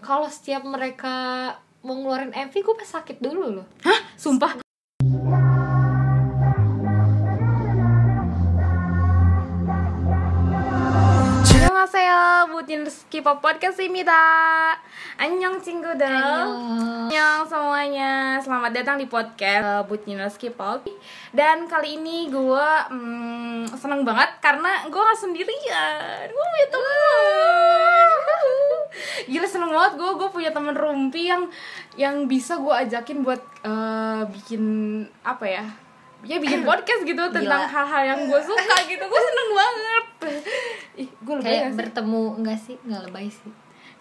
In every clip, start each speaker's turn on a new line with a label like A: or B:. A: kalau setiap mereka mau ngeluarin MV gue pas sakit dulu loh
B: Hah? Sumpah?
C: 안녕하세요. 무딘스 K-pop podcast입니다. 안녕 친구들.
A: Iya.
C: Annyeong semuanya. Selamat datang di podcast uh, Buciners K-pop. Dan kali ini gue mm, seneng banget karena gue gak sendirian. Gue punya teman. Gila seneng banget gue. Gue punya teman rumpi yang yang bisa gue ajakin buat uh, bikin apa ya? Ya bikin podcast gitu tentang hal-hal yang gue suka gitu. Gue seneng banget. Ih, ya, gue lebih
A: kayak bertemu enggak sih nggak lebay sih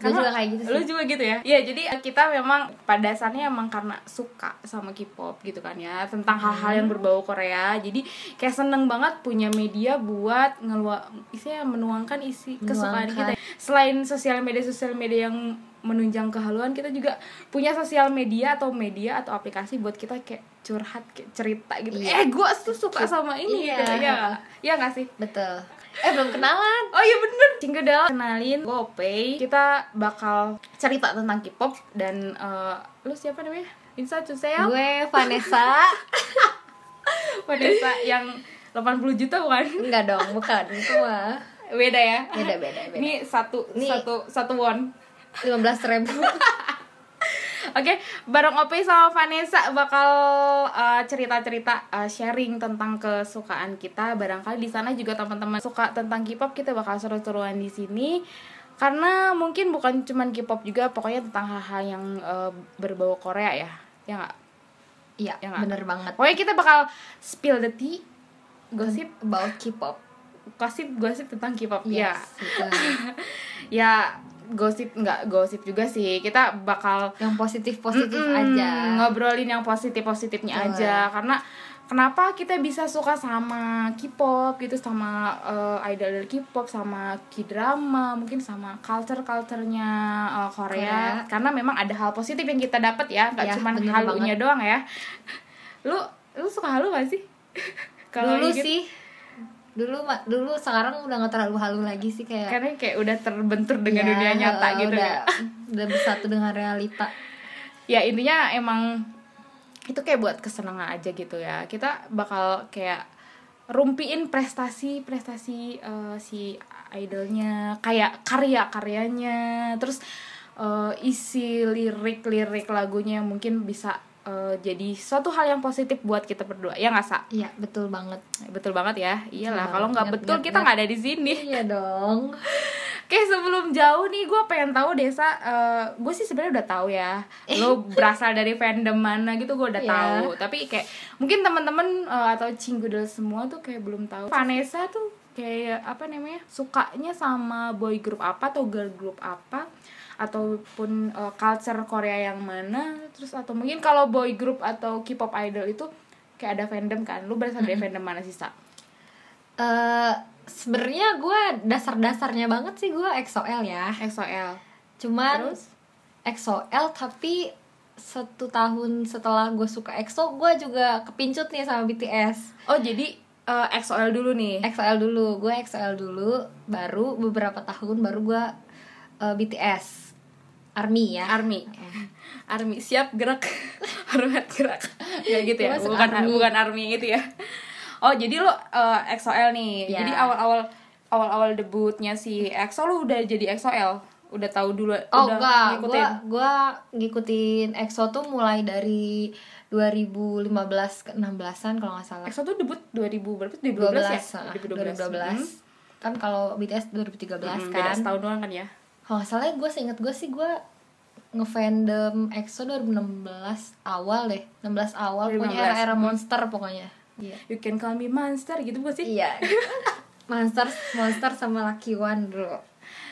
A: gue juga kayak gitu
C: Lu
A: sih
C: juga gitu ya? Iya, jadi kita memang pada dasarnya emang karena suka sama K-pop gitu kan ya Tentang
A: Hmm.
C: hal-hal yang berbau Korea Jadi kayak seneng banget punya media buat ngelua isinya menuangkan isi kesukaan kita
A: Menuangkan.
C: Selain sosial media-sosial media yang menunjang kehaluan Kita juga punya sosial media atau media atau aplikasi buat kita kayak curhat, kayak cerita gitu
A: Iya.
C: Eh, gue tuh suka sama ini
A: Iya.
C: gitu Iya nggak? Iya nggak sih?
A: betul eh belum kenalan
C: Oh iya bener Cingkedal Kenalin gue Opey Kita bakal cerita tentang K-pop Dan eh, lu siapa namanya? Insa Cuseyo
A: gue Vanessa
C: Vanessa yang 80 juta bukan?
A: enggak dong bukan itu mah
C: Beda ya?
A: beda beda beda
C: Ini satu,
A: Ini-
C: satu, satu won
A: lima belas ribu
C: Oke, bareng Opey sama Vanessa bakal eh, cerita-cerita eh, sharing tentang kesukaan kita. Barangkali di sana juga teman-teman suka tentang K-pop, kita bakal seru-seruan di sini. Karena mungkin bukan cuman K-pop juga, pokoknya tentang hal-hal yang eh, berbau Korea ya. Ya nggak?
A: iya
C: Ya nggak?
A: bener banget
C: Pokoknya kita bakal spill the tea, gosip,
A: about K-pop
C: gosip, gosip tentang K-pop. Ya.
A: yes betul.
C: Ya, gosip nggak gosip juga sih. Kita bakal
A: yang positif positif
C: Mm-mm,
A: aja
C: ngobrolin yang positif positifnya
A: Betul.
C: aja karena kenapa kita bisa suka sama K-pop gitu sama eh, idol idol K-pop sama K-drama mungkin sama culture culturenya eh,
A: Korea.
C: Korea. karena memang ada hal positif yang kita dapat ya
A: Ya,
C: nggak cuma
A: bener
C: halunya doang ya lu lu suka halu gak sih gitu,
A: dulu
C: ingat,
A: sih dulu ma- dulu sekarang udah nggak terlalu halu lagi sih kayak
C: karena kayak udah terbentur
A: Ya,
C: dengan dunia nyata
A: eh,
C: gitu
A: iya. udah,
C: ya
A: udah bersatu dengan realita
C: ya intinya emang itu kayak buat kesenangan aja gitu ya kita bakal kayak rumpiin prestasi prestasi eh, si idolnya kayak karya karyanya terus eh, isi lirik lirik lagunya yang mungkin bisa eh, jadi suatu hal yang positif buat kita berdua ya nggak sa
A: iya betul banget
C: betul banget ya iyalah
A: Betul
C: kalau
A: banget,
C: nggak
A: ingat,
C: betul
A: ingat,
C: kita
A: ingat.
C: nggak ada di sini
A: iya dong
C: Oke sebelum jauh nih gue pengen tahu desa gue sih sebenarnya udah tahu ya lo berasal dari fandom mana gitu gue udah
A: Iya.
C: tahu tapi kayak mungkin teman-teman eh, atau cinggudel semua tuh kayak belum tahu Vanessa tuh kayak apa namanya sukanya sama boy group apa atau girl group apa ataupun eh, culture Korea yang mana terus atau mungkin kalau boy group atau K-pop idol itu kayak ada fandom kan lu berasal dari fandom mana sih Sa?
A: eh sebenarnya gue dasar-dasarnya banget sih gue XOL ya
C: XOL
A: cuman
C: Terus?
A: XOL tapi satu tahun setelah gue suka EXO gue juga kepincut nih sama BTS
C: oh jadi eh, XOL dulu nih
A: XOL dulu gue XOL dulu baru beberapa tahun baru gue eh, BTS Army ya
C: Army. Army siap gerak. Hormat gerak. Ya gitu ya.
A: Masuk
C: Bukan
A: army.
C: bukan army gitu ya. Oh, jadi lo uh, XOL nih.
A: Ya.
C: Jadi awal-awal awal-awal debutnya si EXO lo udah jadi XOL. Udah tahu dulu
A: Oh
C: udah
A: enggak, gue
C: ngikutin.
A: gua ngikutin EXO tuh mulai dari 2015 ke 16-an kalau nggak salah.
C: EXO tuh debut 2000 berapa?
A: 12
C: 2012 ya?
A: ah, 2012.
C: 2012.
A: Kan kalau BTS 2013
C: Hmm, beda
A: kan.
C: setahun doang kan ya.
A: Kalau nggak salah gue seinget gue sih gue ngefandom EXO 2016 awal deh. 16 awal pokoknya
C: 2016.
A: era-era monster pokoknya. Iya.
C: You can call me monster gitu bukan sih?
A: Iya. monster monster sama Lucky One dulu.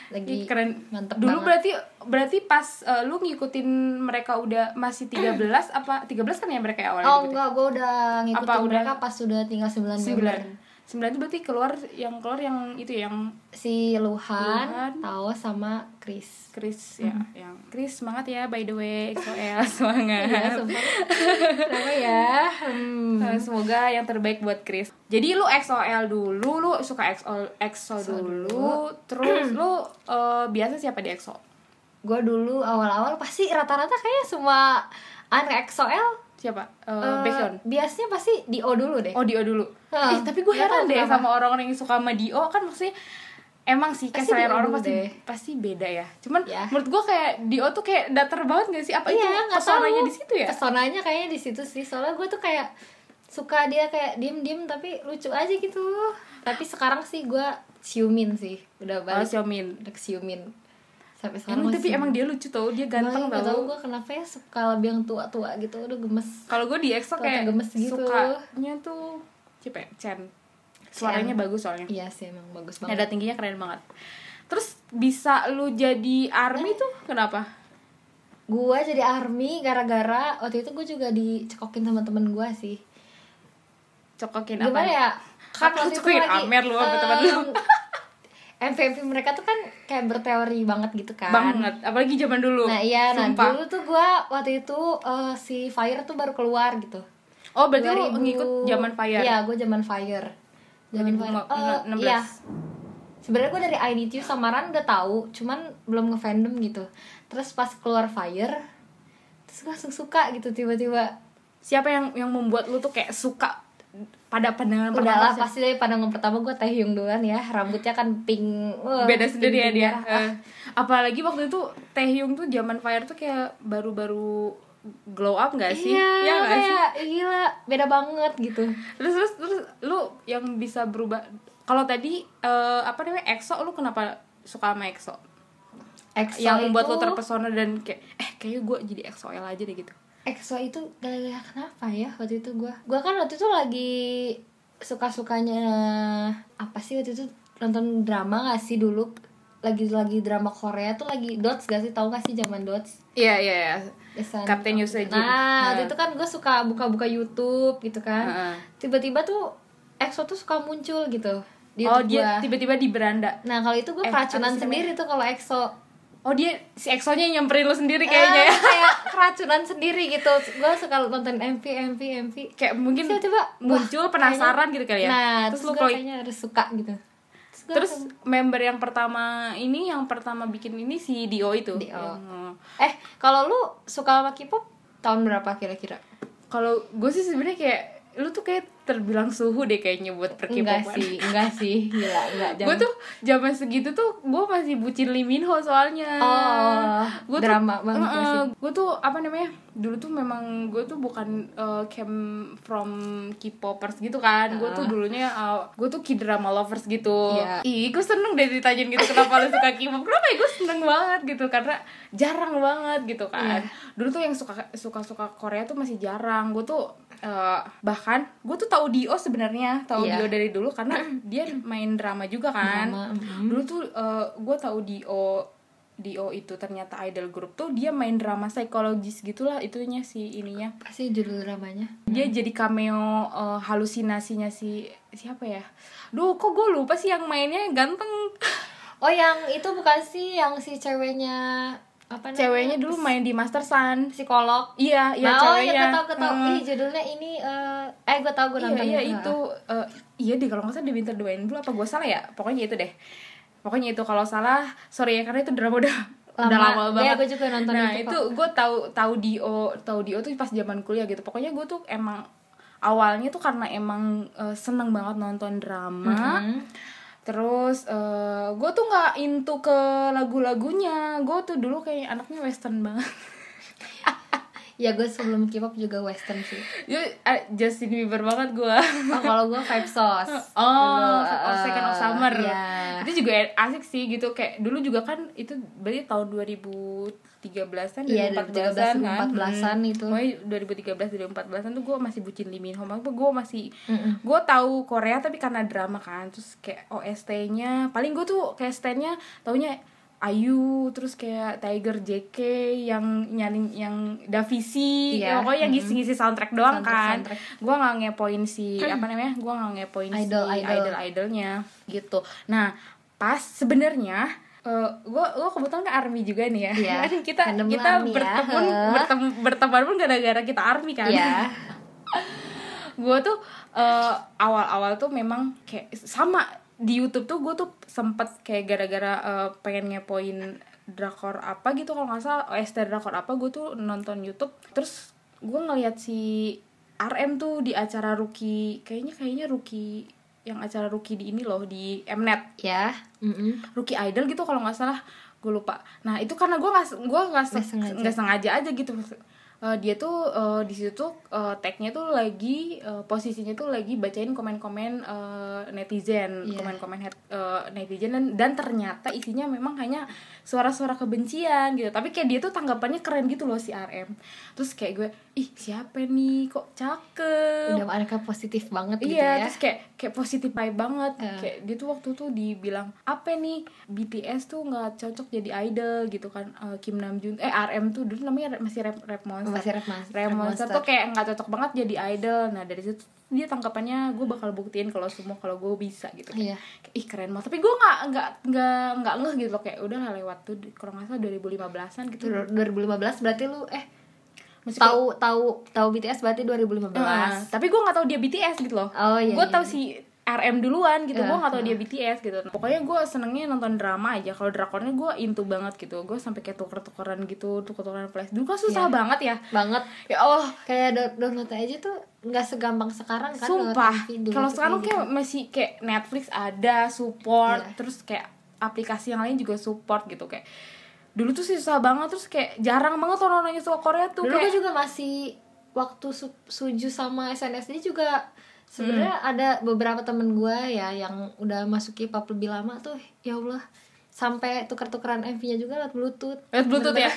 A: Lagi
C: Ih, keren
A: mantep
C: dulu
A: banget.
C: berarti berarti pas uh, lu ngikutin mereka udah masih 13 apa 13 kan ya mereka awalnya
A: Oh
C: debutnya?
A: enggak, gue udah ngikutin
C: Apa udah-
A: mereka pas sudah tinggal 9
C: sembilan
A: member.
C: sembilan itu berarti keluar yang keluar yang itu ya, yang
A: si Luhan,
C: Luhan.
A: Tao sama Chris.
C: Chris ya
A: Hmm.
C: yang Chris semangat ya by the way XOL semangat
A: Ya, sumpah. Kenapa ya? Hmm.
C: Eh, semoga yang terbaik buat Chris jadi lu XOL dulu lu suka XOL EXO dulu terus lu eh, biasa siapa di EXO
A: gue dulu awal-awal pasti rata-rata kayak semua anak EXO-L
C: Siapa? Eh,
A: eh,
C: Baekhyun.
A: biasanya pasti di O dulu deh
C: Oh Dio dulu.
A: Hah.
C: Eh tapi gue
A: Nggak
C: heran
A: tahu
C: deh
A: kenapa.
C: sama orang-orang yang suka sama Dio kan maksudnya emang sih
A: Pasti
C: kesayangan
A: beda
C: orang
A: dulu
C: pasti
A: deh.
C: pasti beda ya. Cuman
A: Ya.
C: menurut gue kayak Dio tuh kayak datar banget gak sih? Apa oh, itu
A: Iya, nggak
C: pesonanya
A: tahu.
C: di situ ya?
A: pesonanya kayaknya di situ sih soalnya gue tuh kayak suka dia kayak diem-diem tapi lucu aja gitu tapi sekarang sih gue ciumin sih udah
C: Oh,
A: balik
C: Xiaomin.
A: udah ciumin sampai sekarang
C: Emang
A: masih
C: tapi emang dia lucu tau, dia ganteng
A: gak tau
C: tau.
A: gue kenapa ya suka lebih yang tua-tua gitu udah gemes
C: Kalau gue di EXO
A: Tau-tau
C: kayak
A: gemes gitu.
C: sukanya tuh Cipe, Chen. Suaranya bagus soalnya.
A: iya sih emang bagus banget
C: Nada tingginya keren banget. Terus bisa lu jadi ARMY
A: Nah.
C: tuh kenapa?
A: gue jadi army gara-gara waktu itu gue juga dicekokin sama temen gue sih
C: Cokokin apa?
A: gimana ya kan
C: Apa
A: waktu itu
C: cekokin
A: lagi
C: Amer lu apa temen lu?
A: MVMV mereka tuh kan kayak berteori banget gitu kan
C: Banget, apalagi zaman dulu.
A: nah iya nah
C: Sumpah.
A: dulu tuh gue waktu itu eh, si Fire tuh baru keluar gitu
C: Oh berarti lu
A: 2000
C: ngikut zaman Fire.
A: iya gue zaman Fire zaman Fire Eh,
C: 2016.
A: iya sebenarnya gue dari I Need You sama Ran udah tahu cuman belum ngefandom gitu terus pas keluar Fire terus gue langsung suka gitu tiba-tiba
C: Siapa yang yang membuat lu tuh kayak suka pada pandangan pertama?
A: Udahlah
C: siapa?
A: pasti dari pandangan pertama gue Taehyung duluan ya Rambutnya kan pink Wah,
C: beda
A: pink
C: sendiri ya dia.
A: merah.
C: Eh, Apalagi waktu itu Taehyung tuh zaman Fire tuh kayak baru-baru glow up gak sih?
A: Iya
C: Iya nggak sih?
A: kayak gila beda banget gitu
C: Terus terus terus lu yang bisa berubah kalau tadi eh, apa namanya EXO lu kenapa suka sama EXO?
A: EXO
C: yang membuat
A: itu,
C: lu terpesona dan kayak eh kayaknya gue jadi EXO-L aja deh gitu.
A: EXO Eh, itu gara-gara kenapa ya waktu itu gue Gue kan waktu itu lagi suka-sukanya Apa sih waktu itu nonton drama gak sih dulu Lagi-lagi drama Korea tuh lagi Dots gak sih tau gak sih zaman Dots
C: Iya iya iya.
A: Desan-
C: Kapten Yoo Sejin.
A: Nah,
C: Nah.
A: waktu itu kan gue suka buka-buka YouTube gitu kan.
C: Heeh.
A: Tiba-tiba tuh EXO tuh suka muncul gitu di
C: oh
A: YouTube gua.
C: dia tiba-tiba di beranda.
A: Nah, kalau itu gue
C: Eh,
A: keracunan
C: apa sih
A: sendiri tuh kalau EXO.
C: Oh dia si EXO-nya yang nyamperin lu sendiri kayaknya
A: Eh,
C: ya.
A: kayak keracunan sendiri gitu. Gue suka nonton MV MV MV.
C: Kayak mungkin
A: Tiba-tiba,
C: muncul penasaran gitu kali ya.
A: Nah, terus,
C: terus lu
A: gue
C: klik.
A: kayaknya harus suka gitu. Terus, gua
C: Terus
A: langsung-
C: member yang pertama ini yang pertama bikin ini si Dio itu.
A: Dio.
C: Yang-
A: eh, kalau lu suka sama K-pop tahun berapa kira-kira?
C: Kalau gue sih sebenarnya kayak lu tuh kayak terbilang suhu deh kayaknya buat
A: Enggak
C: perkipopan.
A: sih, enggak sih. Gila, enggak.
C: Gue tuh zaman segitu tuh gue masih bucin Lee Min Ho soalnya.
A: Oh, drama banget gak sih?
C: Gue tuh apa namanya? Dulu tuh memang gue tuh bukan eh, came from K-popers gitu kan. Gue tuh dulunya gue tuh K-drama lovers gitu.
A: Ah. Iya.
C: Ih, gue seneng deh ditanyain gitu kenapa lu suka K-pop. Kenapa ya gue seneng banget gitu karena jarang banget gitu kan.
A: Iya.
C: Dulu tuh yang suka suka suka Korea tuh masih jarang. Gue tuh eh, bahkan gue tuh tahu Dio sebenarnya tahu
A: Iya.
C: Dio dari dulu karena dia main drama juga kan
A: Drama, mm-hmm.
C: dulu tuh gue tahu Dio Dio itu ternyata idol grup tuh dia main drama psikologis gitulah itunya si ininya
A: Apa sih judul dramanya?
C: dia jadi cameo eh, halusinasinya si siapa ya duh kok gue lupa sih yang mainnya ganteng
A: Oh yang itu bukan sih yang si ceweknya apa namanya?
C: ceweknya dulu main di Master Sun
A: psikolog.
C: iya iya
A: Nah, oh
C: ceweknya
A: iya gue tau gue tau.
C: Heeh.
A: Ih judulnya ini eh eh gue tau gue nonton.
C: Iya, iya
A: juga.
C: itu Eh, iya deh kalau nggak salah di Winter Dwayne Blue apa gue salah ya pokoknya itu deh pokoknya itu kalau salah sorry ya karena itu drama udah
A: Lama.
C: udah lama
A: Iya,
C: banget
A: gua juga nonton
C: nah
A: itu
C: itu, gue tahu tahu Dio tahu Dio tuh pas zaman kuliah gitu pokoknya gue tuh emang awalnya tuh karena emang eh, seneng banget nonton drama
A: Mhm.
C: Terus gue tuh nggak into ke lagu-lagunya, gue tuh dulu kayak anaknya western banget.
A: Ya gue sebelum K-pop juga western sih.
C: Jadi, eh, Justin Bieber banget gue.
A: Oh kalau gue Five Sauce.
C: Oh,
A: Dulu,
C: oh, Second of
A: eh,
C: Summer.
A: Iya.
C: Itu juga asik sih gitu kayak dulu juga kan itu berarti tahun 2013-an
A: Iya,
C: 2014-an kan.
A: 2013-an itu.
C: Pokoknya 2013 2014-an tuh gue masih bucin Lee Min Ho. Makanya gue masih gue tahu Korea tapi karena drama kan. Terus kayak OST-nya paling gue tuh kayak stand-nya taunya Ayu terus kayak Tiger JK yang nyaring yang Davisi
A: Iya,
C: pokoknya ngisi-ngisi soundtrack doang kan
A: Soundtrack-soundtrack.
C: gue nggak ngepoin si apa namanya gue nggak ngepoin
A: Idol,
C: si
A: idol.
C: idol idolnya gitu nah pas sebenarnya gue gue kebetulan kan army juga nih ya
A: Iya,
C: Kan kita
A: fandom lu
C: kita
A: ARMY ya,
C: bertemu
A: heh.
C: bertemu berteman pun gara-gara kita army kan
A: Iya.
C: gue tuh eh, awal-awal tuh memang kayak sama di YouTube tuh gue tuh sempet kayak gara-gara eh, pengen ngepoin drakor apa gitu kalau nggak salah OST drakor apa gue tuh nonton YouTube terus gue ngeliat si RM tuh di acara rookie kayaknya kayaknya rookie yang acara rookie di ini loh di Mnet
A: ya mm-mm.
C: rookie idol gitu kalau nggak salah gue lupa nah itu karena gue nggak gue nggak se-
A: Nggak sengaja.
C: nggak sengaja aja gitu Eh, dia tuh eh, di situ tuh eh, tagnya tuh lagi eh, posisinya tuh lagi bacain komen-komen eh, netizen
A: Iya.
C: komen-komen het- eh, netizen dan dan ternyata isinya memang hanya suara-suara kebencian gitu tapi kayak dia tuh tanggapannya keren gitu loh si RM terus kayak gue ih siapa nih kok cakep
A: udah mereka positif banget gitu ya
C: Iya, terus kayak kayak positif vibe banget.
A: Heeh.
C: Kayak dia tuh waktu tuh dibilang apa nih BTS tuh nggak cocok jadi idol gitu kan Eh, Kim Namjoon eh RM tuh dulu namanya rap- masih rap rap monster.
A: masih rap mas
C: Rap monster, tuh kayak nggak cocok banget jadi idol. Nah dari situ dia tangkapannya gue bakal buktiin kalau semua kalau gue bisa gitu.
A: iya
C: Kayak, kayak, ih keren banget. Tapi gue nggak nggak nggak nggak ngeh gitu loh kayak udah lah lewat tuh kurang nggak salah 2015an gitu.
A: Itu 2015 berarti lu eh
C: Masih kayak-
A: tahu tahu tahu BTS berarti 2015
C: Heeh, tapi gue nggak tahu dia BTS gitu loh.
A: oh iya
C: gue
A: iya.
C: tau si RM duluan
A: Ya,
C: gitu gue gak tau
A: ya.
C: dia BTS gitu pokoknya gue senengnya nonton drama aja kalau drakornya gue into banget gitu gue sampai kayak tuker-tukeran gitu tuker-tukeran flash dulu kan
A: Iya.
C: susah banget ya
A: banget
C: ya Allah
A: kayak do- download aja tuh nggak segampang sekarang kan download
C: sumpah
A: TV dulu
C: kalau
A: tuh
C: sekarang
A: kayak gitu.
C: kayak masih kayak Netflix ada support
A: Iya.
C: terus kayak aplikasi yang lain juga support gitu kayak dulu tuh susah banget terus kayak jarang banget orang-orang yang suka Korea tuh
A: dulu
C: kayak
A: gue juga masih waktu su- suju sama SNSD juga sebenarnya
C: Hmm.
A: ada beberapa temen gue ya yang udah masuk K-pop lebih lama tuh ya Allah sampai tuker-tukeran MV-nya juga lewat Bluetooth
C: Lewat Bluetooth ya?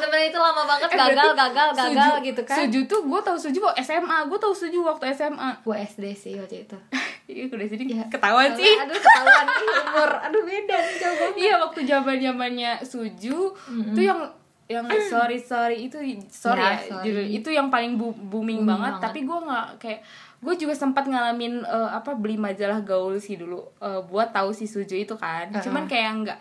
A: bener itu lama banget
C: Eh,
A: gagal
C: berarti
A: gagal gagal
C: Suju-
A: gitu kan
C: Suju tuh gue tau Suju waktu SMA gue tau Suju waktu SMA
A: gue SD sih waktu itu
C: Iya, udah jadi
A: Ya,
C: ketahuan
A: soalnya-
C: sih.
A: aduh ketahuan Ih, umur aduh beda nih jauh banget.
C: Iya, waktu zaman zamannya Suju tuh yang yang sorry sorry itu sorry
A: Mm. Ya,
C: ya,
A: sorry.
C: judul itu yang paling bu- booming,
A: Booming
C: banget.
A: banget.
C: Tapi gue nggak kayak gue juga sempat ngalamin eh, apa beli majalah gaul sih dulu eh, buat tahu si Suju itu kan.
A: Uh-uh.
C: Cuman kayak nggak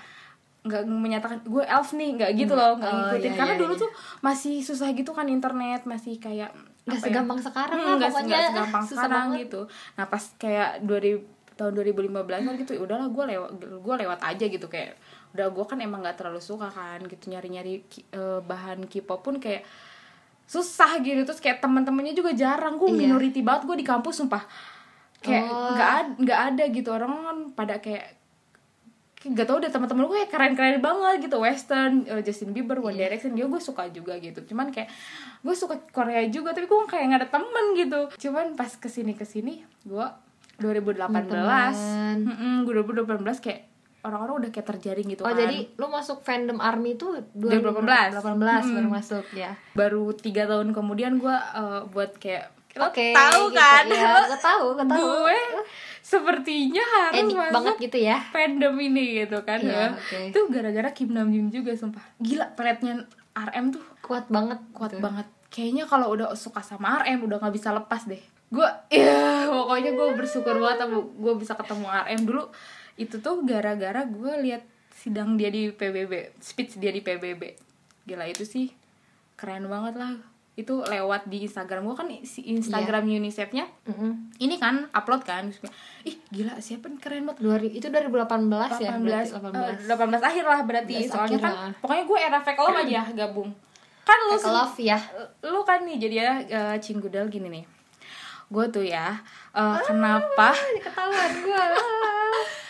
C: nggak menyatakan gue elf nih nggak gitu loh nggak
A: Oh,
C: ngikutin
A: iya,
C: karena
A: iya,
C: dulu
A: iya.
C: tuh masih susah gitu kan internet masih kayak
A: nggak
C: apa ya?
A: segampang sekarang lah
C: Hmm, nggak
A: pokoknya
C: nggak segampang
A: susah
C: sekarang
A: banget
C: gitu nah pas kayak 2000 tahun 2015 an gitu ya udahlah gue lewat gue lewat aja gitu kayak udah gue kan emang nggak terlalu suka kan gitu nyari nyari bahan K-pop pun kayak susah gitu terus kayak teman-temannya juga jarang gue
A: Iya.
C: minority banget gue di kampus sumpah kayak
A: Oh.
C: nggak ad- nggak ada gitu orang kan pada kayak nggak tau deh teman-teman gue kayak keren-keren banget gitu western eh, Justin Bieber One
A: Iya.
C: Direction dia gue suka juga gitu cuman kayak gue suka Korea juga tapi gue kayak nggak ada temen gitu cuman pas kesini kesini gue 2018
A: Temen.
C: Mm-mm, gue 2018 kayak orang-orang udah kayak terjaring gitu
A: oh
C: kan.
A: jadi lu masuk fandom army tuh
C: 2018.
A: 2018 baru
C: Hmm.
A: masuk ya
C: baru tiga tahun kemudian gue eh, buat kayak lo
A: Oke,
C: tahu
A: gitu.
C: kan
A: Iya,
C: lo-
A: gue tahu, gue tahu.
C: gue sepertinya harus
A: edik
C: masuk
A: banget gitu ya
C: fandom ini gitu kan
A: Iya,
C: ya.
A: oke.
C: Itu gara-gara Kim Namjoon juga sumpah. Gila peletnya RM tuh
A: kuat banget
C: kuat
A: gitu.
C: banget. Kayaknya kalau udah suka sama RM udah nggak bisa lepas deh. Gue ya pokoknya gue bersyukur banget sama gue bisa ketemu RM dulu. Itu tuh gara-gara gue lihat sidang dia di PBB, speech dia di PBB. Gila itu sih keren banget lah. Itu lewat di Instagram gue kan si
A: Iya.
C: Instagram UNICEF-nya
A: Mm-mm.
C: ini kan upload kan. Terus gue, Ih gila siapa nih keren banget
A: Dua ri- itu 2018 ya 18
C: 18, eh, 18 akhir lah berarti
A: 18
C: soalnya
A: akhir
C: kan
A: lah. Hmm.
C: pokoknya gue era fake love aja gabung kan lu
A: Fake
C: sem-
A: love ya
C: lu kan nih jadi ya eh, cinggudel gini nih gue tuh ya eh, kenapa
A: ketahuan gue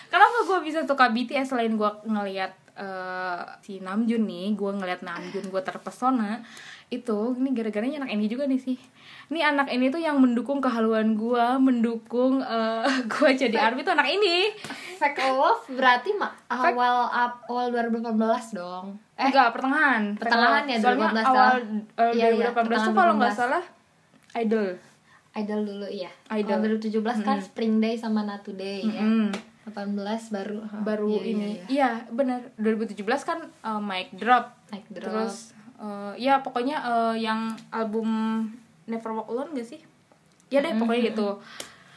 C: kenapa gue bisa suka BTS selain gue ngelihat eh, si Namjoon nih gue ngelihat Namjoon gue terpesona itu ini gara-garanya anak ini juga nih sih ini anak ini tuh yang mendukung kehaluan gue mendukung eh, gue jadi army tuh anak ini
A: fake love berarti ma- awal ap- awal 2018 dong eh
C: Enggak, pertengahan.
A: Pertengahan ya,
C: Soalnya
A: 2018
C: awal
A: salah.
C: eh,
A: Iya, iya,
C: 2018 tuh
A: pertengahan
C: kalau nggak
A: 2018.
C: salah idol.
A: idol dulu ya
C: Idol.
A: Kalau 2017 kan spring day sama natu day ya
C: Mm.
A: 18 baru huh,
C: Baru
A: iya, iya,
C: ini.
A: iya.
C: Iya, benar. 2017 kan eh, mic drop.
A: Mic drop.
C: Terus eh, ya pokoknya eh, yang album Never Walk Alone gak sih? Ya deh, pokoknya gitu.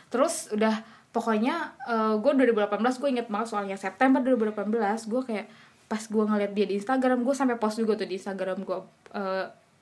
C: Terus udah pokoknya eh, gue 2018 gue inget banget soalnya September 2018 gue kayak pas gue ngeliat dia di Instagram gue sampai post juga tuh di Instagram gue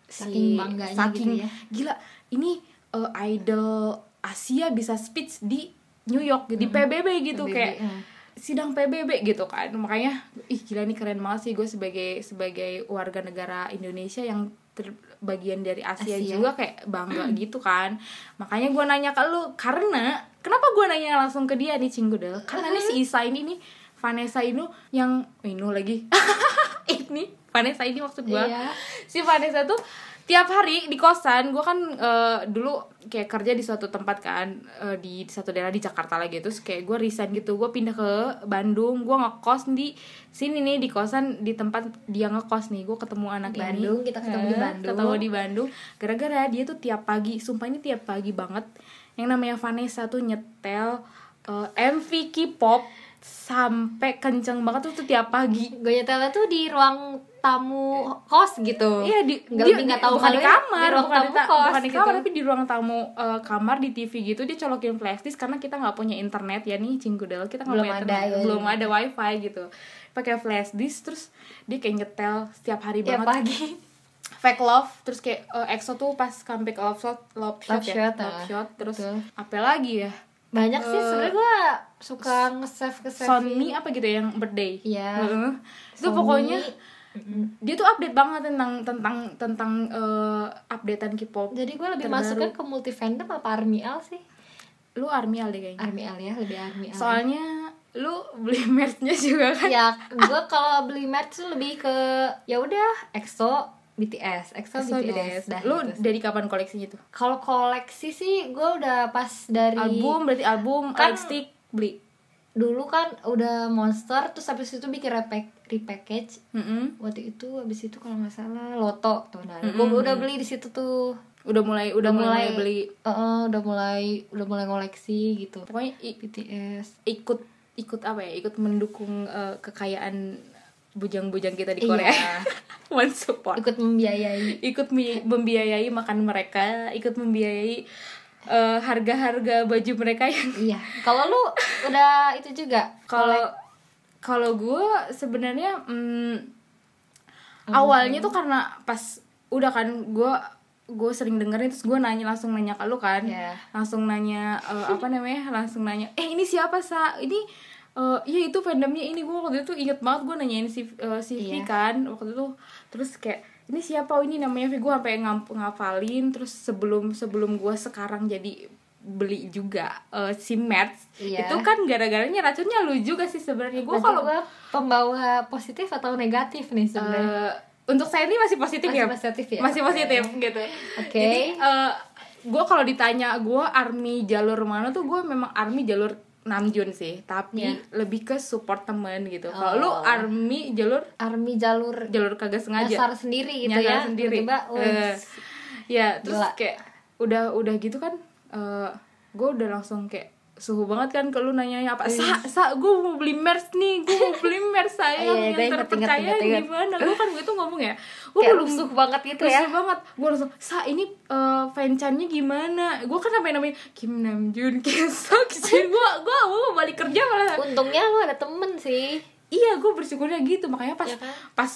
A: Saking bangganya
C: saking
A: gitu ya.
C: gila ini eh, idol Asia bisa speech di New York di PBB gitu
A: PBB,
C: kayak
A: eh.
C: sidang PBB gitu kan makanya ih gila nih keren banget sih gue sebagai sebagai warga negara Indonesia yang ter- bagian dari Asia,
A: Asia.
C: juga kayak bangga gitu kan makanya gue nanya ke lu karena kenapa gue nanya langsung ke dia nih Cinggudel karena nih si Isa ini nih Vanessa Inu yang Inu lagi ini Vanessa ini maksud gue
A: Iya.
C: si Vanessa tuh tiap hari di kosan gue kan eh, dulu kayak kerja di suatu tempat kan eh, di, di satu daerah di Jakarta lagi terus kayak gue resign gitu gue pindah ke Bandung gue ngekos di sini nih di kosan di tempat dia ngekos nih gue ketemu anak ini.
A: Bandung, kita ketemu di
C: Eh,
A: Bandung.
C: ketemu di Bandung gara-gara dia tuh tiap pagi sumpah ini tiap pagi banget yang namanya Vanessa tuh nyetel eh, MV K-pop sampai kenceng banget tuh, tuh tiap pagi
A: gue nyetelnya tuh di ruang tamu kos gitu
C: Iya di
A: nggak
C: dia-
A: lebih
C: di-
A: nggak tahu
C: bukan di
A: malunya,
C: kamar,
A: di ruang
C: bukan
A: tamu
C: di ta-
A: kos
C: bukan di
A: gitu.
C: kamar tapi di ruang tamu eh, kamar di TV gitu dia colokin flash disk karena kita nggak punya internet ya nih cinggudel kita nggak
A: Belum
C: punya
A: ada,
C: internet,
A: ya.
C: belum ada wifi gitu pakai flash disk terus dia kayak nyetel setiap hari
A: tiap
C: banget
A: Iya, pagi
C: fake love terus kayak eh, EXO tuh pas comeback ke love shot love shot
A: Love
C: ya
A: Shot,
C: love
A: ah.
C: shot terus
A: Betul.
C: apa lagi ya
A: banyak sih
C: Eh,
A: sebenarnya gue suka nge-save ke save
C: Sony apa gitu ya, yang birthday
A: Iya.
C: Heeh. itu
A: Sony.
C: pokoknya dia tuh update banget tentang tentang tentang eh, updatean K-pop
A: jadi gue lebih
C: Terbaru.
A: masuknya ke multi fandom apa army L sih
C: lu army al deh kayaknya
A: army L ya lebih army L
C: soalnya lu beli merchnya juga kan
A: ya gue kalau beli merch tuh lebih ke ya udah EXO BTS EXO,
C: So,
A: BTS, dah
C: lu
A: gitu.
C: dari kapan koleksinya tuh
A: kalau koleksi sih gue udah pas dari
C: album berarti album
A: Kan-
C: lightstick beli
A: dulu kan udah monster terus habis itu bikin repack repackage
C: Mm-mm.
A: waktu itu habis itu kalau nggak salah loto tuh nah gue udah beli di situ tuh
C: udah mulai udah
A: mulai-
C: mulai, beli
A: Heeh, udah mulai udah mulai ngoleksi gitu
C: pokoknya i-
A: BTS
C: ikut ikut apa ya ikut mendukung eh, kekayaan bujang-bujang kita di Korea
A: Iya.
C: one support
A: ikut membiayai
C: ikut mi- membiayai makan mereka ikut membiayai eh, harga-harga baju mereka yang
A: iya kalau lu udah itu juga
C: kalau kalau gue sebenarnya mm,
A: Mm-hmm.
C: awalnya tuh karena pas udah kan gue gue sering dengerin terus gue nanya langsung nanya ke lu kan
A: Iya.
C: langsung nanya eh, apa namanya langsung nanya eh ini siapa sa ini eh ya itu fandomnya ini gue waktu itu inget banget gue nanyain si eh, si V
A: Iya.
C: kan waktu itu terus kayak ini siapa oh, ini namanya V gue sampai ngap- ngafalin terus sebelum sebelum gue sekarang jadi beli juga eh, si Merz
A: Iya.
C: itu kan gara-garanya racunnya lu juga sih sebenarnya gue
A: gue
C: kalau
A: gue pembawa positif atau negatif nih sebenarnya
C: eh, untuk saya ini masih positif
A: Masih
C: ya
A: positif ya?
C: masih positif gitu
A: Oke.
C: jadi gue kalau ditanya gue army jalur mana tuh gue memang army jalur Namjoon sih tapi
A: Iya.
C: lebih ke support temen gitu kalau lu
A: Oh.
C: army jalur
A: army jalur
C: jalur kagak sengaja
A: dasar sendiri gitu
C: eh, Nyasar
A: ya
C: sendiri.
A: tiba-tiba
C: Eh,
A: wih,
C: ya terus
A: Gila.
C: kayak udah udah gitu kan gue udah langsung kayak suhu banget kan kalau nanya apa sa sa gue mau beli merch nih gue mau beli merch saya
A: Iya, iya, gua
C: yang
A: inget, inget,
C: terpercaya
A: inget, inget.
C: gimana gue kan gue tuh ngomong ya gue
A: kayak
C: belum
A: rusuh banget gitu
C: Lucu
A: ya
C: banget gue langsung sa ini eh, fancannya gimana gue kan sampai namanya Kim Namjoon Kim Seokjin gue gue mau balik kerja malah
A: untungnya lu ada temen sih
C: Iya, gue bersyukurnya gitu. Makanya pas
A: Iya kan?
C: pas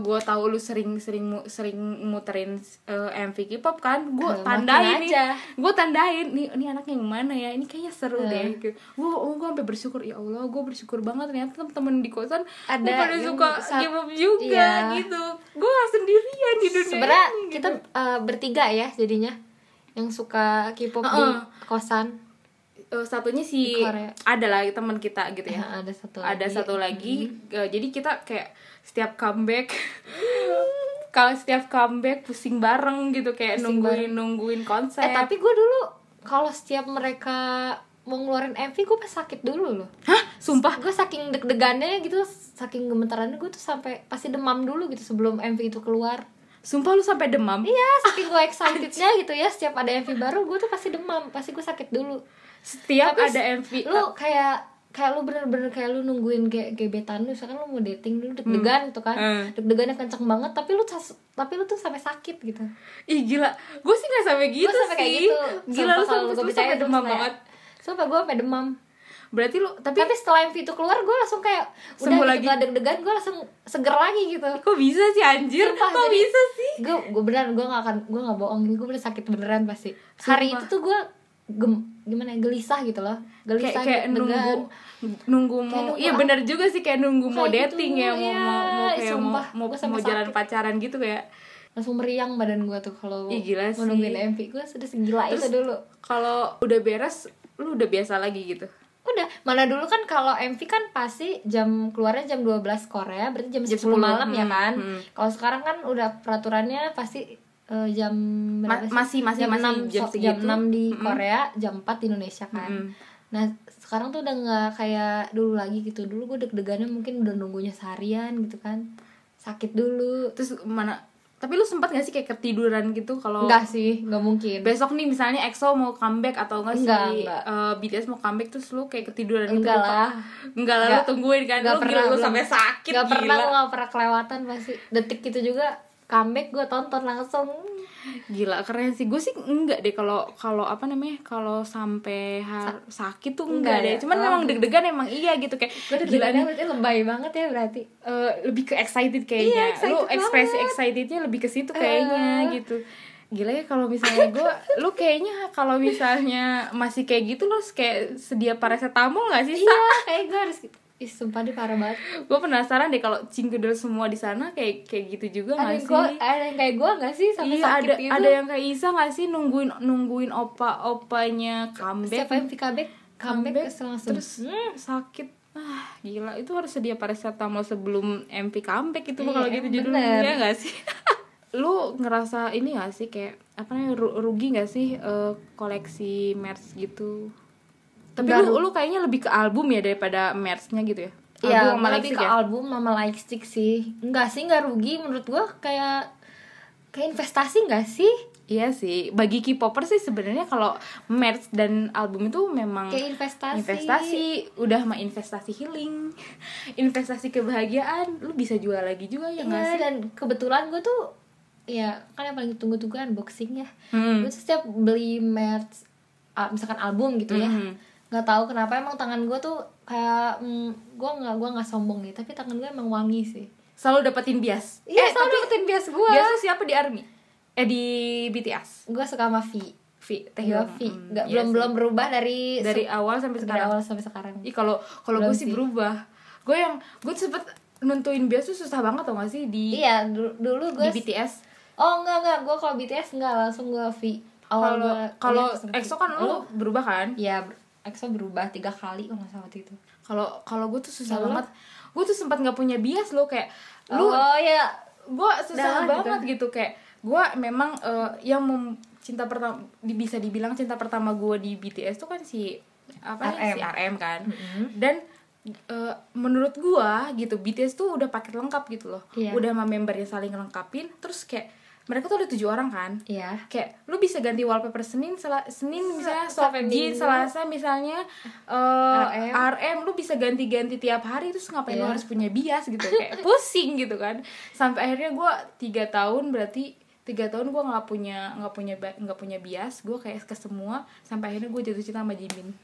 C: gue tahu lu sering-sering mu- sering muterin eh, MV K-pop kan, gue
A: Eh,
C: tandain
A: makin
C: nih.
A: aja.
C: Gue tandain nih, ini anaknya yang mana ya? Ini kayaknya seru deh. Gue oh, gue sampai bersyukur ya Allah, gue bersyukur banget ternyata temen-temen di kosan
A: Ada
C: ada pada
A: yang
C: suka
A: sa-
C: K-pop juga
A: Iya.
C: gitu. Gue gak sendirian di dunia.
A: sebenarnya
C: ini, gitu.
A: kita eh, bertiga ya jadinya yang suka K-pop di
C: Heeh.
A: kosan
C: Eh, satunya si
A: Di Korea.
C: ada lah teman kita gitu ya.
A: Eh, ada satu
C: ada
A: lagi.
C: satu lagi eh, jadi kita kayak setiap comeback kalau setiap comeback pusing bareng gitu kayak
A: Pusing
C: nungguin nungguin konsep
A: eh tapi gue dulu kalau setiap mereka mau ngeluarin MV gue pas sakit dulu loh
C: hah sumpah
A: gue saking deg-degannya gitu saking gemetarannya gue tuh sampai pasti demam dulu gitu sebelum MV itu keluar
C: sumpah lu sampai demam
A: iya saking gue excitednya gitu ya setiap ada MV baru gue tuh pasti demam pasti gue sakit dulu
C: setiap
A: Tapi
C: ada MV
A: lu kayak kayak lu bener-bener kayak lu nungguin ge gebetan lu misalkan lu mau dating dulu deg-degan gitu kan
C: Hmm.
A: deg-degannya kenceng banget tapi lu cas- tapi lu tuh sampai sakit gitu
C: ih gila gue sih nggak sampai gitu
A: Gua sampai
C: sih
A: kayak gitu
C: gila
A: Sumpah, ya.
C: lu
A: kalau gua
C: sampai, lu
A: percaya,
C: sampai
A: gua
C: demam
A: kayak-
C: banget
A: sumpah gue sampai demam
C: berarti lu tapi,
A: tapi setelah MV itu keluar gue langsung kayak udah
C: Sembuh
A: gitu
C: lagi.
A: nggak deg-degan gue langsung seger lagi gitu
C: kok bisa sih anjir
A: Sumpah,
C: kok
A: jadi-
C: bisa sih
A: gue gue beneran gue gak akan gue gak bohong gue bener sakit beneran pasti hari
C: Sumpah.
A: itu tuh gue gem gimana ya, gelisah gitu loh
C: kayak
A: gelisah gitu,
C: kayak
A: deg-degan.
C: nunggu nunggu mau
A: nunggu
C: iya
A: apa?
C: benar juga sih kayak nunggu mau
A: Kayak gitu,
C: dating ya mau
A: iya,
C: mau, mau kayak
A: sumpah,
C: mau
A: gua
C: mau,
A: sampai
C: mau jalan
A: sakit.
C: pacaran gitu kayak
A: langsung meriang badan gue tuh kalau
C: Ih, gila
A: mau
C: sih.
A: nungguin MV gue sudah segila
C: Terus-
A: itu dulu
C: kalau udah beres lu udah biasa lagi gitu
A: udah mana dulu kan kalau MV kan pasti jam keluarnya jam 12 Korea berarti jam, 10
C: Jam
A: malam ya
C: hmm,
A: kan
C: hmm.
A: kalau sekarang kan udah peraturannya pasti eh, jam berapa
C: Ma-
A: sih?
C: masih- masih-
A: jam
C: masih
A: 6,
C: jam
A: so- jam
C: segitu. Hmm,
A: 6 di
C: Mm-mm.
A: Korea jam 4 di Indonesia kan
C: Mm-mm.
A: nah sekarang tuh udah nggak kayak dulu lagi gitu dulu gue deg-degannya mungkin udah nunggunya seharian gitu kan sakit dulu
C: terus mana tapi lu sempat gak sih kayak ketiduran gitu kalau
A: enggak sih nggak mungkin
C: besok nih misalnya EXO mau comeback atau enggak sih
A: Enggak, enggak.
C: eh, BTS mau comeback terus lu kayak ketiduran
A: Enggak
C: gitu lupa.
A: lah.
C: enggak lah lu
A: Enggak.
C: tungguin kan
A: Nggak
C: lu gila lu
A: belum.
C: sampai sakit
A: Nggak pernah
C: gila
A: gue nggak pernah kelewatan pasti detik itu juga comeback gue tonton langsung
C: gila keren sih gue sih enggak deh kalau kalau apa namanya kalau sampai har- sakit tuh
A: Enggak
C: enggak, deh
A: ya?
C: cuman
A: Oh.
C: memang deg-degan emang iya gitu kayak
A: gue
C: gila nih
A: deg-degannya berarti lebay banget ya berarti
C: eh, lebih ke excited kayaknya
A: Iya, excited
C: lu ekspresi
A: banget.
C: excitednya lebih ke situ kayaknya
A: Eh.
C: gitu gila ya kalau misalnya gue lu kayaknya kalau misalnya masih kayak gitu lu harus kayak sedia paracetamol nggak sih Sa?
A: iya kayak gue harus gitu. Ih, sumpah deh parah banget
C: gue penasaran deh kalau cingkudel semua di sana kayak kayak gitu juga
A: ada
C: nggak
A: yang
C: sih
A: gua ada yang kayak gue nggak sih sampai
C: iya
A: sakit gitu?
C: ada
A: itu
C: ada yang kayak Isa nggak sih nungguin nungguin opa opanya comeback
A: siapa yang comeback comeback, terus langsung
C: terus
A: Hmm.
C: sakit ah gila itu harus sedia paracetamol sebelum MP comeback itu
A: Iya,
C: kalau gitu
A: bener.
C: judulnya ya nggak sih lu ngerasa ini gak sih kayak apa namanya ru- rugi gak sih eh, koleksi merch gitu tapi
A: Nggak
C: lu, lu kayaknya lebih ke album ya daripada merchnya gitu ya
A: Iya,
C: sama
A: gua lebih
C: lipstick
A: ke
C: ya?
A: album sama lightstick sih Enggak sih, enggak rugi menurut gue kayak Kayak investasi enggak sih?
C: Iya sih, bagi K-popper sih sebenarnya kalau merch dan album itu memang
A: Kayak investasi
C: investasi, udah mah investasi healing, investasi kebahagiaan, lu bisa jual lagi juga ya nggak
A: Iya,
C: sih?
A: dan kebetulan gue tuh ya kan yang paling tunggu-tunggu unboxing ya.
C: Hmm.
A: Gue tuh setiap beli merch ah, misalkan album gitu ya.
C: Mhm.
A: nggak tahu kenapa emang tangan gue tuh kayak mm, gue nggak gue nggak sombong nih tapi tangan gue emang wangi sih
C: Selalu dapetin bias.
A: iya
C: eh,
A: selalu
C: tapi
A: dapetin bias gue
C: bias lu siapa di ARMY? Eh di BTS.
A: gue suka sama V V
C: Taehyung.
A: V
C: Hmm,
A: nggak
C: iya
A: belum
C: sih.
A: belum berubah dari se-
C: Dari awal sampai
A: dari
C: sekarang.
A: awal sampai sekarang
C: Ih kalau kalau gue
A: Belum
C: sih
A: sih.
C: berubah. Gue yang gue tuh sempet nentuin bias tuh susah banget tau gak sih di
A: iya dulu, dulu
C: di
A: gue
C: BTS.
A: oh enggak enggak gue kalau BTS enggak langsung gue V awal
C: Kalau
A: gua-
C: kalau
A: iya, langsung V.
C: EXO kan lu berubah kan?
A: Iya, ber- EXO berubah tiga kali kalau nggak salah waktu itu.
C: kalau kalau gue tuh susah
A: Kalau lo?
C: banget gue tuh sempat nggak punya bias loh kayak
A: Lu
C: lu
A: oh ya,
C: gue
A: Dah,
C: susah banget gitu, kayak gue memang eh, yang mem- cinta pertama di- bisa dibilang cinta pertama gue di BTS tuh kan si apa ya,
A: RM.
C: si RM kan
A: Mm-mm.
C: dan eh, menurut gue gitu BTS tuh udah paket lengkap gitu loh
A: Iya.
C: udah sama membernya saling lengkapin terus kayak mereka tuh ada tujuh orang kan
A: iya.
C: kayak lu bisa ganti wallpaper Senin sela- Senin misalnya
A: sampai
C: Sabtu
A: Minggu.
C: Selasa misalnya eh,
A: RM.
C: RM. lu bisa ganti-ganti tiap hari terus ngapain lu
A: Iya.
C: harus punya bias gitu kayak pusing gitu kan sampai akhirnya gua tiga tahun berarti tiga tahun gua nggak punya nggak punya ba- nggak punya bias gua kayak ke semua sampai akhirnya gue jatuh cinta sama Jimin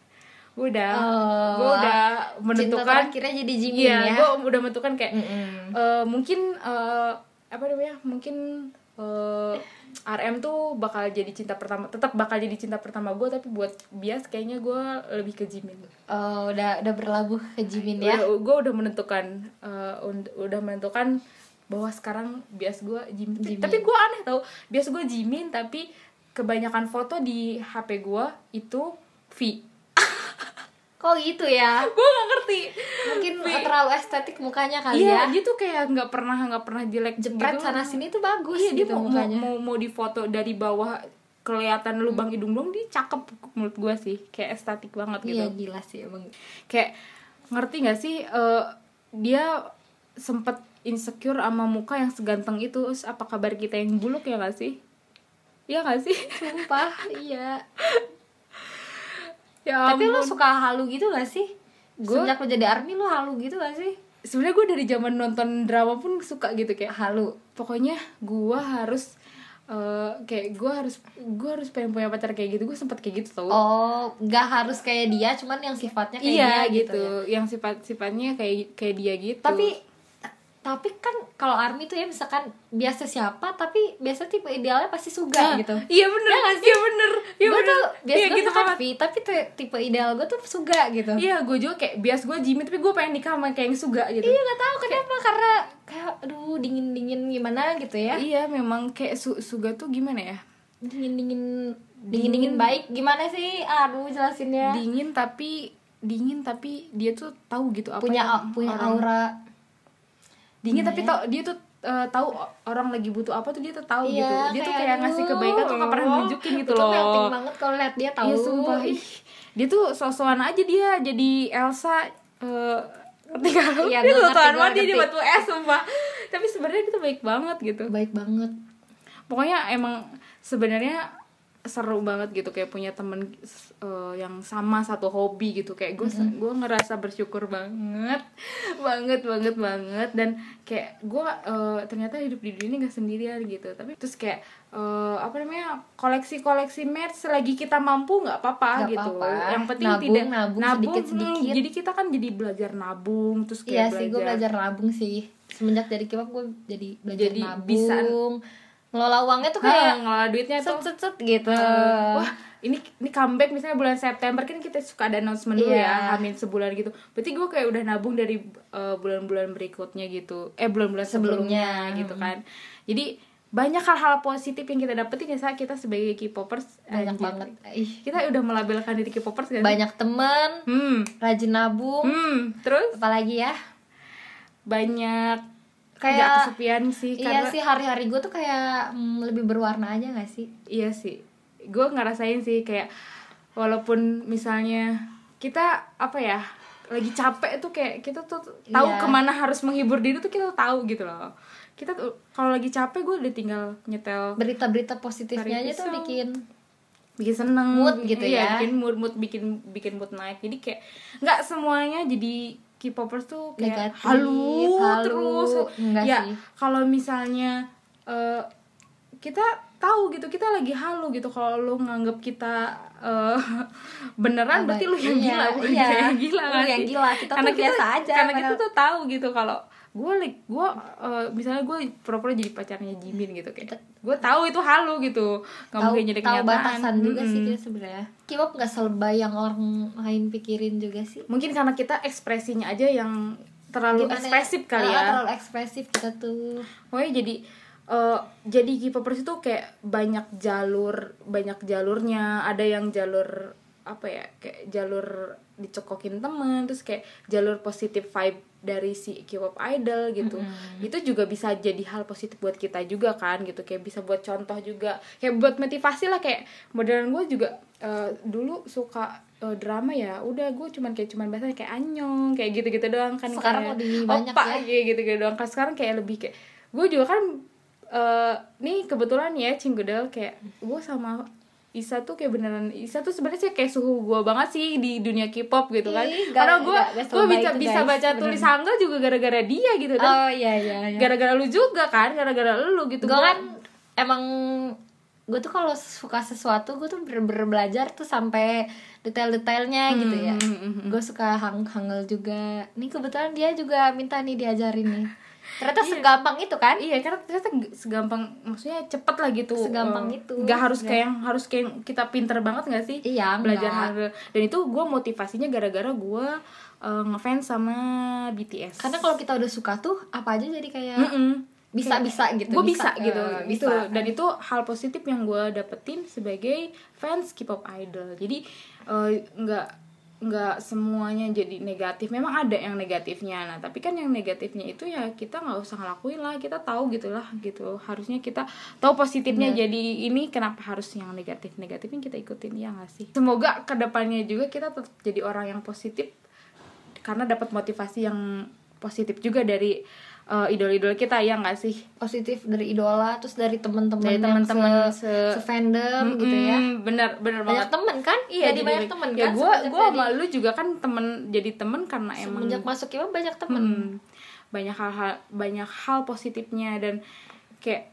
C: gue udah
A: Oh,
C: gua udah
A: Cinta
C: menentukan
A: terakhirnya jadi Jimin
C: Iya,
A: ya.
C: gue udah menentukan kayak
A: Mm-mm.
C: eh, mungkin eh, apa namanya? Mungkin eh, RM tuh bakal jadi cinta pertama, tetap bakal jadi cinta pertama gue, tapi buat bias kayaknya gue lebih ke Jimin.
A: Oh, udah udah berlabuh ke Jimin ya.
C: Gue udah menentukan, eh, und- udah menentukan bahwa sekarang bias gue Jimin. Tapi-
A: Jimin.
C: Tapi gue aneh tau, bias gue Jimin, tapi kebanyakan foto di HP gue itu V.
A: Kok gitu ya?
C: Gue gak ngerti.
A: Mungkin terlalu estetik mukanya kali
C: Iya,
A: ya. Gitu.
C: dia tuh kayak nggak pernah nggak pernah jelek gitu.
A: Jepret sana sini tuh bagus
C: Iya dia
A: gitu
C: mau, mau
A: mukanya.
C: mau mau difoto dari bawah kelihatan lubang hidung dong dia cakep menurut gue sih kayak estetik banget gitu.
A: Iya gila sih emang.
C: Kayak ngerti nggak sih eh, dia sempet insecure sama muka yang seganteng itu Terus apa kabar kita yang buluk ya gak sih? Iya gak sih?
A: Sumpah, iya.
C: ya
A: Tapi lu
C: ampun.
A: suka halu gitu gak sih?
C: Gua-
A: Sejak lu jadi ARMY lu halu gitu gak sih?
C: sebenarnya gue dari zaman nonton drama pun suka gitu kayak
A: Halu.
C: pokoknya gua harus eh, kayak gua harus gua harus pengen punya pacar kayak gitu gue sempet kayak gitu tau
A: Oh, nggak harus kayak dia, cuman yang sifatnya kayak
C: iya
A: dia
C: gitu,
A: gitu. ya.
C: yang sifat sifatnya kayak kayak dia gitu
A: Tapi tapi kan kalau army tuh ya misalkan biasa siapa tapi biasa tipe idealnya pasti suga gitu
C: Iya bener,
A: Iya nggak sih?
C: iya bener, iya
A: gue
C: bener.
A: tuh biasa
C: Iya,
A: gue
C: gitu
A: suka
C: banget.
A: Vi, tapi te- tipe ideal gue tuh suga gitu
C: Iya, gue juga kayak bias gue Jimmy tapi gue pengen nikah sama kayak yang suga gitu.
A: iya nggak tahu kenapa karena kayak aduh dingin dingin gimana gitu ya
C: Iya, memang kayak su- suga tuh gimana ya?
A: dingin dingin dingin dingin baik gimana sih aduh jelasinnya
C: Dingin tapi dingin tapi dia tuh tahu gitu apa
A: punya
C: yang
A: punya
C: orang-
A: aura
C: Dingin tapi tau dia tuh eh, tahu orang lagi butuh apa tuh dia tuh tahu
A: Iya,
C: gitu. Dia tuh kayak ngasih
A: aduh,
C: kebaikan tuh gak pernah nunjukin gitu
A: itu
C: loh.
A: melting banget kalau lihat dia tahu
C: Iya sumpah ih. Dia tuh sosokan aja dia jadi Elsa eh ngerti kan?
A: Iya, gua ngerti,
C: dia sosokan
A: gua
C: banget dia di
A: ngerti.
C: batu es sumpah Tapi sebenarnya dia tuh baik banget gitu
A: baik banget
C: Pokoknya emang sebenarnya seru banget gitu kayak punya temen eh, yang sama satu hobi gitu kayak gue gue ngerasa bersyukur banget banget banget banget dan kayak gue eh, ternyata hidup di dunia ini gak sendirian gitu tapi terus kayak eh, apa namanya koleksi koleksi merch selagi kita mampu nggak apa-apa
A: Nggak
C: gitu
A: apa-apa.
C: yang penting
A: Nabung,
C: tidak
A: nabung sedikit-sedikit.
C: hmm, jadi kita kan jadi belajar nabung terus kayak
A: iya sih gue belajar nabung sih semenjak dari kipap gue jadi belajar
C: Jadi
A: nabung
C: bisa-
A: ngelola uangnya tuh
C: kayak
A: kayak
C: ngelola duitnya
A: set
C: tuh
A: set set gitu
C: Wah, ini ini comeback misalnya bulan September kan kita suka ada announcement dulu
A: Iya.
C: ya, amin sebulan gitu. Berarti gue kayak udah nabung dari eh, bulan-bulan berikutnya gitu. Eh bulan-bulan sebelumnya,
A: Sebelumnya.
C: gitu kan. Jadi banyak hal-hal positif yang kita dapetin ya saat kita sebagai K-popers
A: banyak
C: anjir.
A: banget ih
C: Kita udah melabelkan diri K-popers kan?
A: banyak temen
C: Hmm.
A: rajin nabung
C: Hmm, terus
A: apalagi ya
C: banyak
A: Kayak-
C: nggak kesepian sih
A: iya
C: karena
A: sih hari-hari gue tuh kayak mm, lebih berwarna aja gak sih
C: Iya sih, gue ngerasain sih kayak walaupun misalnya kita apa ya lagi capek tuh kayak kita tuh tahu
A: Iya.
C: kemana harus menghibur diri tuh kita tahu gitu loh. Kita tuh kalau lagi capek gue udah tinggal nyetel
A: berita-berita positifnya
C: Hari
A: aja tuh
C: pisau.
A: bikin
C: bikin seneng
A: Mood
C: bikin-
A: gitu
C: iya,
A: ya.
C: bikin mood mood bikin bikin mood naik jadi kayak nggak semuanya jadi K-popers tuh kayak
A: Negatif,
C: halu,
A: halu.
C: terus
A: Enggak
C: ya
A: sih.
C: kalau misalnya eh, kita tahu gitu kita lagi halu gitu kalau lu nganggap kita eh, beneran
A: Apa-
C: berarti lu yang
A: iya,
C: gila bukan
A: iya.
C: dia yang gila
A: Lu
C: nggak
A: yang
C: sih?
A: gila, kita tuh biasa aja,
C: karena kita
A: padahal-
C: tuh tahu gitu kalau gue gue eh, misalnya gue pura-pura jadi pacarnya Jimin gitu kayak gue tahu itu halu gitu nggak
A: tahu
C: mungkin jadi
A: tahu
C: kenyataan Hmm.
A: batasan juga
C: Mm-mm.
A: sih dia sebenarnya K-pop nggak selebay yang orang lain pikirin juga sih
C: mungkin karena kita ekspresinya aja yang terlalu
A: Gimana ya?
C: ekspresif kali
A: Ah,
C: ya
A: terlalu ekspresif kita tuh
C: pokoknya jadi eh, jadi K-popers itu kayak banyak jalur banyak jalurnya ada yang jalur apa ya kayak jalur dicekokin temen terus kayak jalur positif vibe dari si K-pop idol gitu itu juga bisa jadi hal positif buat kita juga kan gitu kayak bisa buat contoh juga kayak buat motivasi lah kayak modern gue juga eh, dulu suka eh, drama ya udah gue cuman kayak cuman biasanya kayak anyong kayak gitu gitu doang kan
A: Sekarang
C: kayak,
A: lebih banyak
C: "Opa,"
A: ya.
C: kayak gitu gitu doang Kalau sekarang kayak lebih kayak gue juga kan eh nih kebetulan ya cinggudel kayak gue sama Isa tuh kayak beneran Isa tuh sebenarnya sih kayak suhu gue banget sih di dunia K-pop gitu kan
A: Ih, gak-
C: karena gue
A: gak- gak
C: gue
A: selebay
C: bisa
A: itu,
C: bisa
A: guys,
C: baca
A: beneran.
C: tulis hangga juga gara-gara dia gitu dan
A: oh iya iya, iya.
C: gara-gara lu juga kan gara-gara lu gitu
A: gue
C: Gua-
A: kan emang gue tuh kalau suka sesuatu gue tuh bener-bener belajar tuh sampai detail-detailnya gitu ya
C: hmm, hmm,
A: gue suka hang hangul juga nih kebetulan dia juga minta nih diajarin nih ternyata segampang itu kan
C: Iya, karena ternyata g- segampang maksudnya cepet lah gitu.
A: Segampang
C: Eh,
A: itu.
C: Nggak harus kayak yang harus kayak yang kita pinter banget nggak sih?
A: Iya,
C: Belajar
A: nggak.
C: hal- dan itu gue motivasinya gara-gara gue eh, ngefans sama BTS.
A: karena kalau kita udah suka tuh apa aja jadi kayak bisa-bisa gitu
C: Gue bisa, gitu,
A: eh,
C: gitu.
A: bisa.
C: Dan itu hal positif yang gue dapetin sebagai fans K-pop idol. Jadi eh, nggak nggak semuanya jadi negatif. Memang ada yang negatifnya. Nah, tapi kan yang negatifnya itu ya kita nggak usah ngelakuin lah. Kita tahu gitulah gitu. Harusnya kita tahu positifnya. Jadi ini kenapa harus yang negatif negatifnya kita ikutin ya nggak sih? Semoga kedepannya juga kita tetap jadi orang yang positif karena dapat motivasi yang positif juga dari eh, idol-idol kita ya nggak sih?
A: positif dari idola terus dari temen-temen
C: Dari
A: yang
C: temen-temen
A: se,
C: se-
A: fandom gitu ya
C: Mm, bener bener
A: banyak
C: banget
A: temen kan
C: iya
A: jadi banyak temen
C: ya
A: kan
C: gue
A: semenjak
C: gue
A: dari-
C: sama lu juga kan temen jadi temen karena emang
A: semenjak masuk K-pop banyak temen
C: mm, banyak hal banyak hal positifnya dan kayak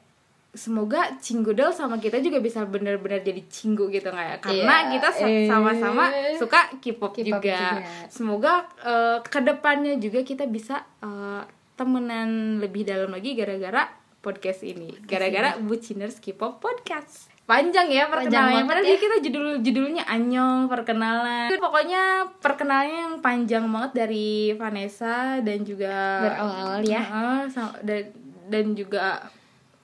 C: semoga cinggudel sama kita juga bisa bener-bener jadi cinggu gitu nggak ya karena
A: Iya,
C: kita sa-
A: eh.
C: sama-sama suka K-pop
A: K-pop
C: juga.
A: juga.
C: semoga eh, kedepannya juga kita bisa eh, temenan lebih dalam lagi gara-gara podcast ini gara-gara Buciners K-pop Podcast panjang ya perkenalannya
A: banget
C: padahal
A: ya.
C: dia kita judul judulnya anyong perkenalan pokoknya perkenalannya yang panjang banget dari Vanessa dan juga
A: Berawal ya.
C: Heeh, sa- dan dan juga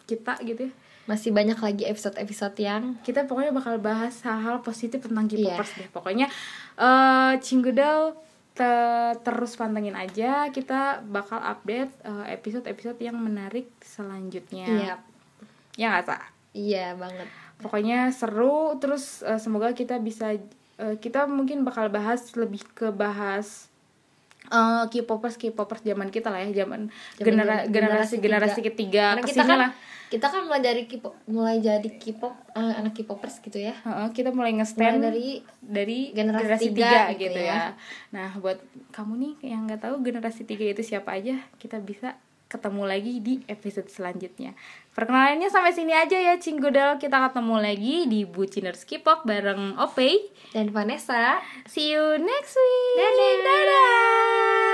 C: kita gitu ya
A: Masih banyak lagi episode-episode yang
C: kita pokoknya bakal bahas hal-hal positif tentang K-popers
A: Iya.
C: deh. Pokoknya eh Cinggudel te- terus pantengin aja. Kita bakal update eh, episode-episode yang menarik selanjutnya.
A: Iya.
C: Ya nggak Sa?
A: Iya banget.
C: Pokoknya seru. Terus eh, semoga kita bisa eh, kita mungkin bakal bahas lebih ke bahas eh K-popers K-popers zaman kita lah ya, zaman, genera-
A: gen-
C: generasi generasi ketiga,
A: Karena kita
C: kesini
A: kan
C: lah.
A: kita kan mulai dari K-pop, mulai jadi K-pop eh, anak K-popers gitu ya.
C: Heeh, kita mulai
A: Mulai
C: nge-stand
A: dari
C: dari
A: Generasi
C: generasi,
A: tiga
C: tiga
A: gitu
C: gitu,
A: ya.
C: ya. Nah, buat kamu nih yang nggak tahu generasi tiga itu siapa aja, kita bisa ketemu lagi di episode selanjutnya. Perkenalannya sampai sini aja ya, Cinggodal. Kita ketemu lagi di Buciners K-pop bareng Opey.
A: dan Vanessa
C: See you next week.
A: Dadah.
C: Dadah.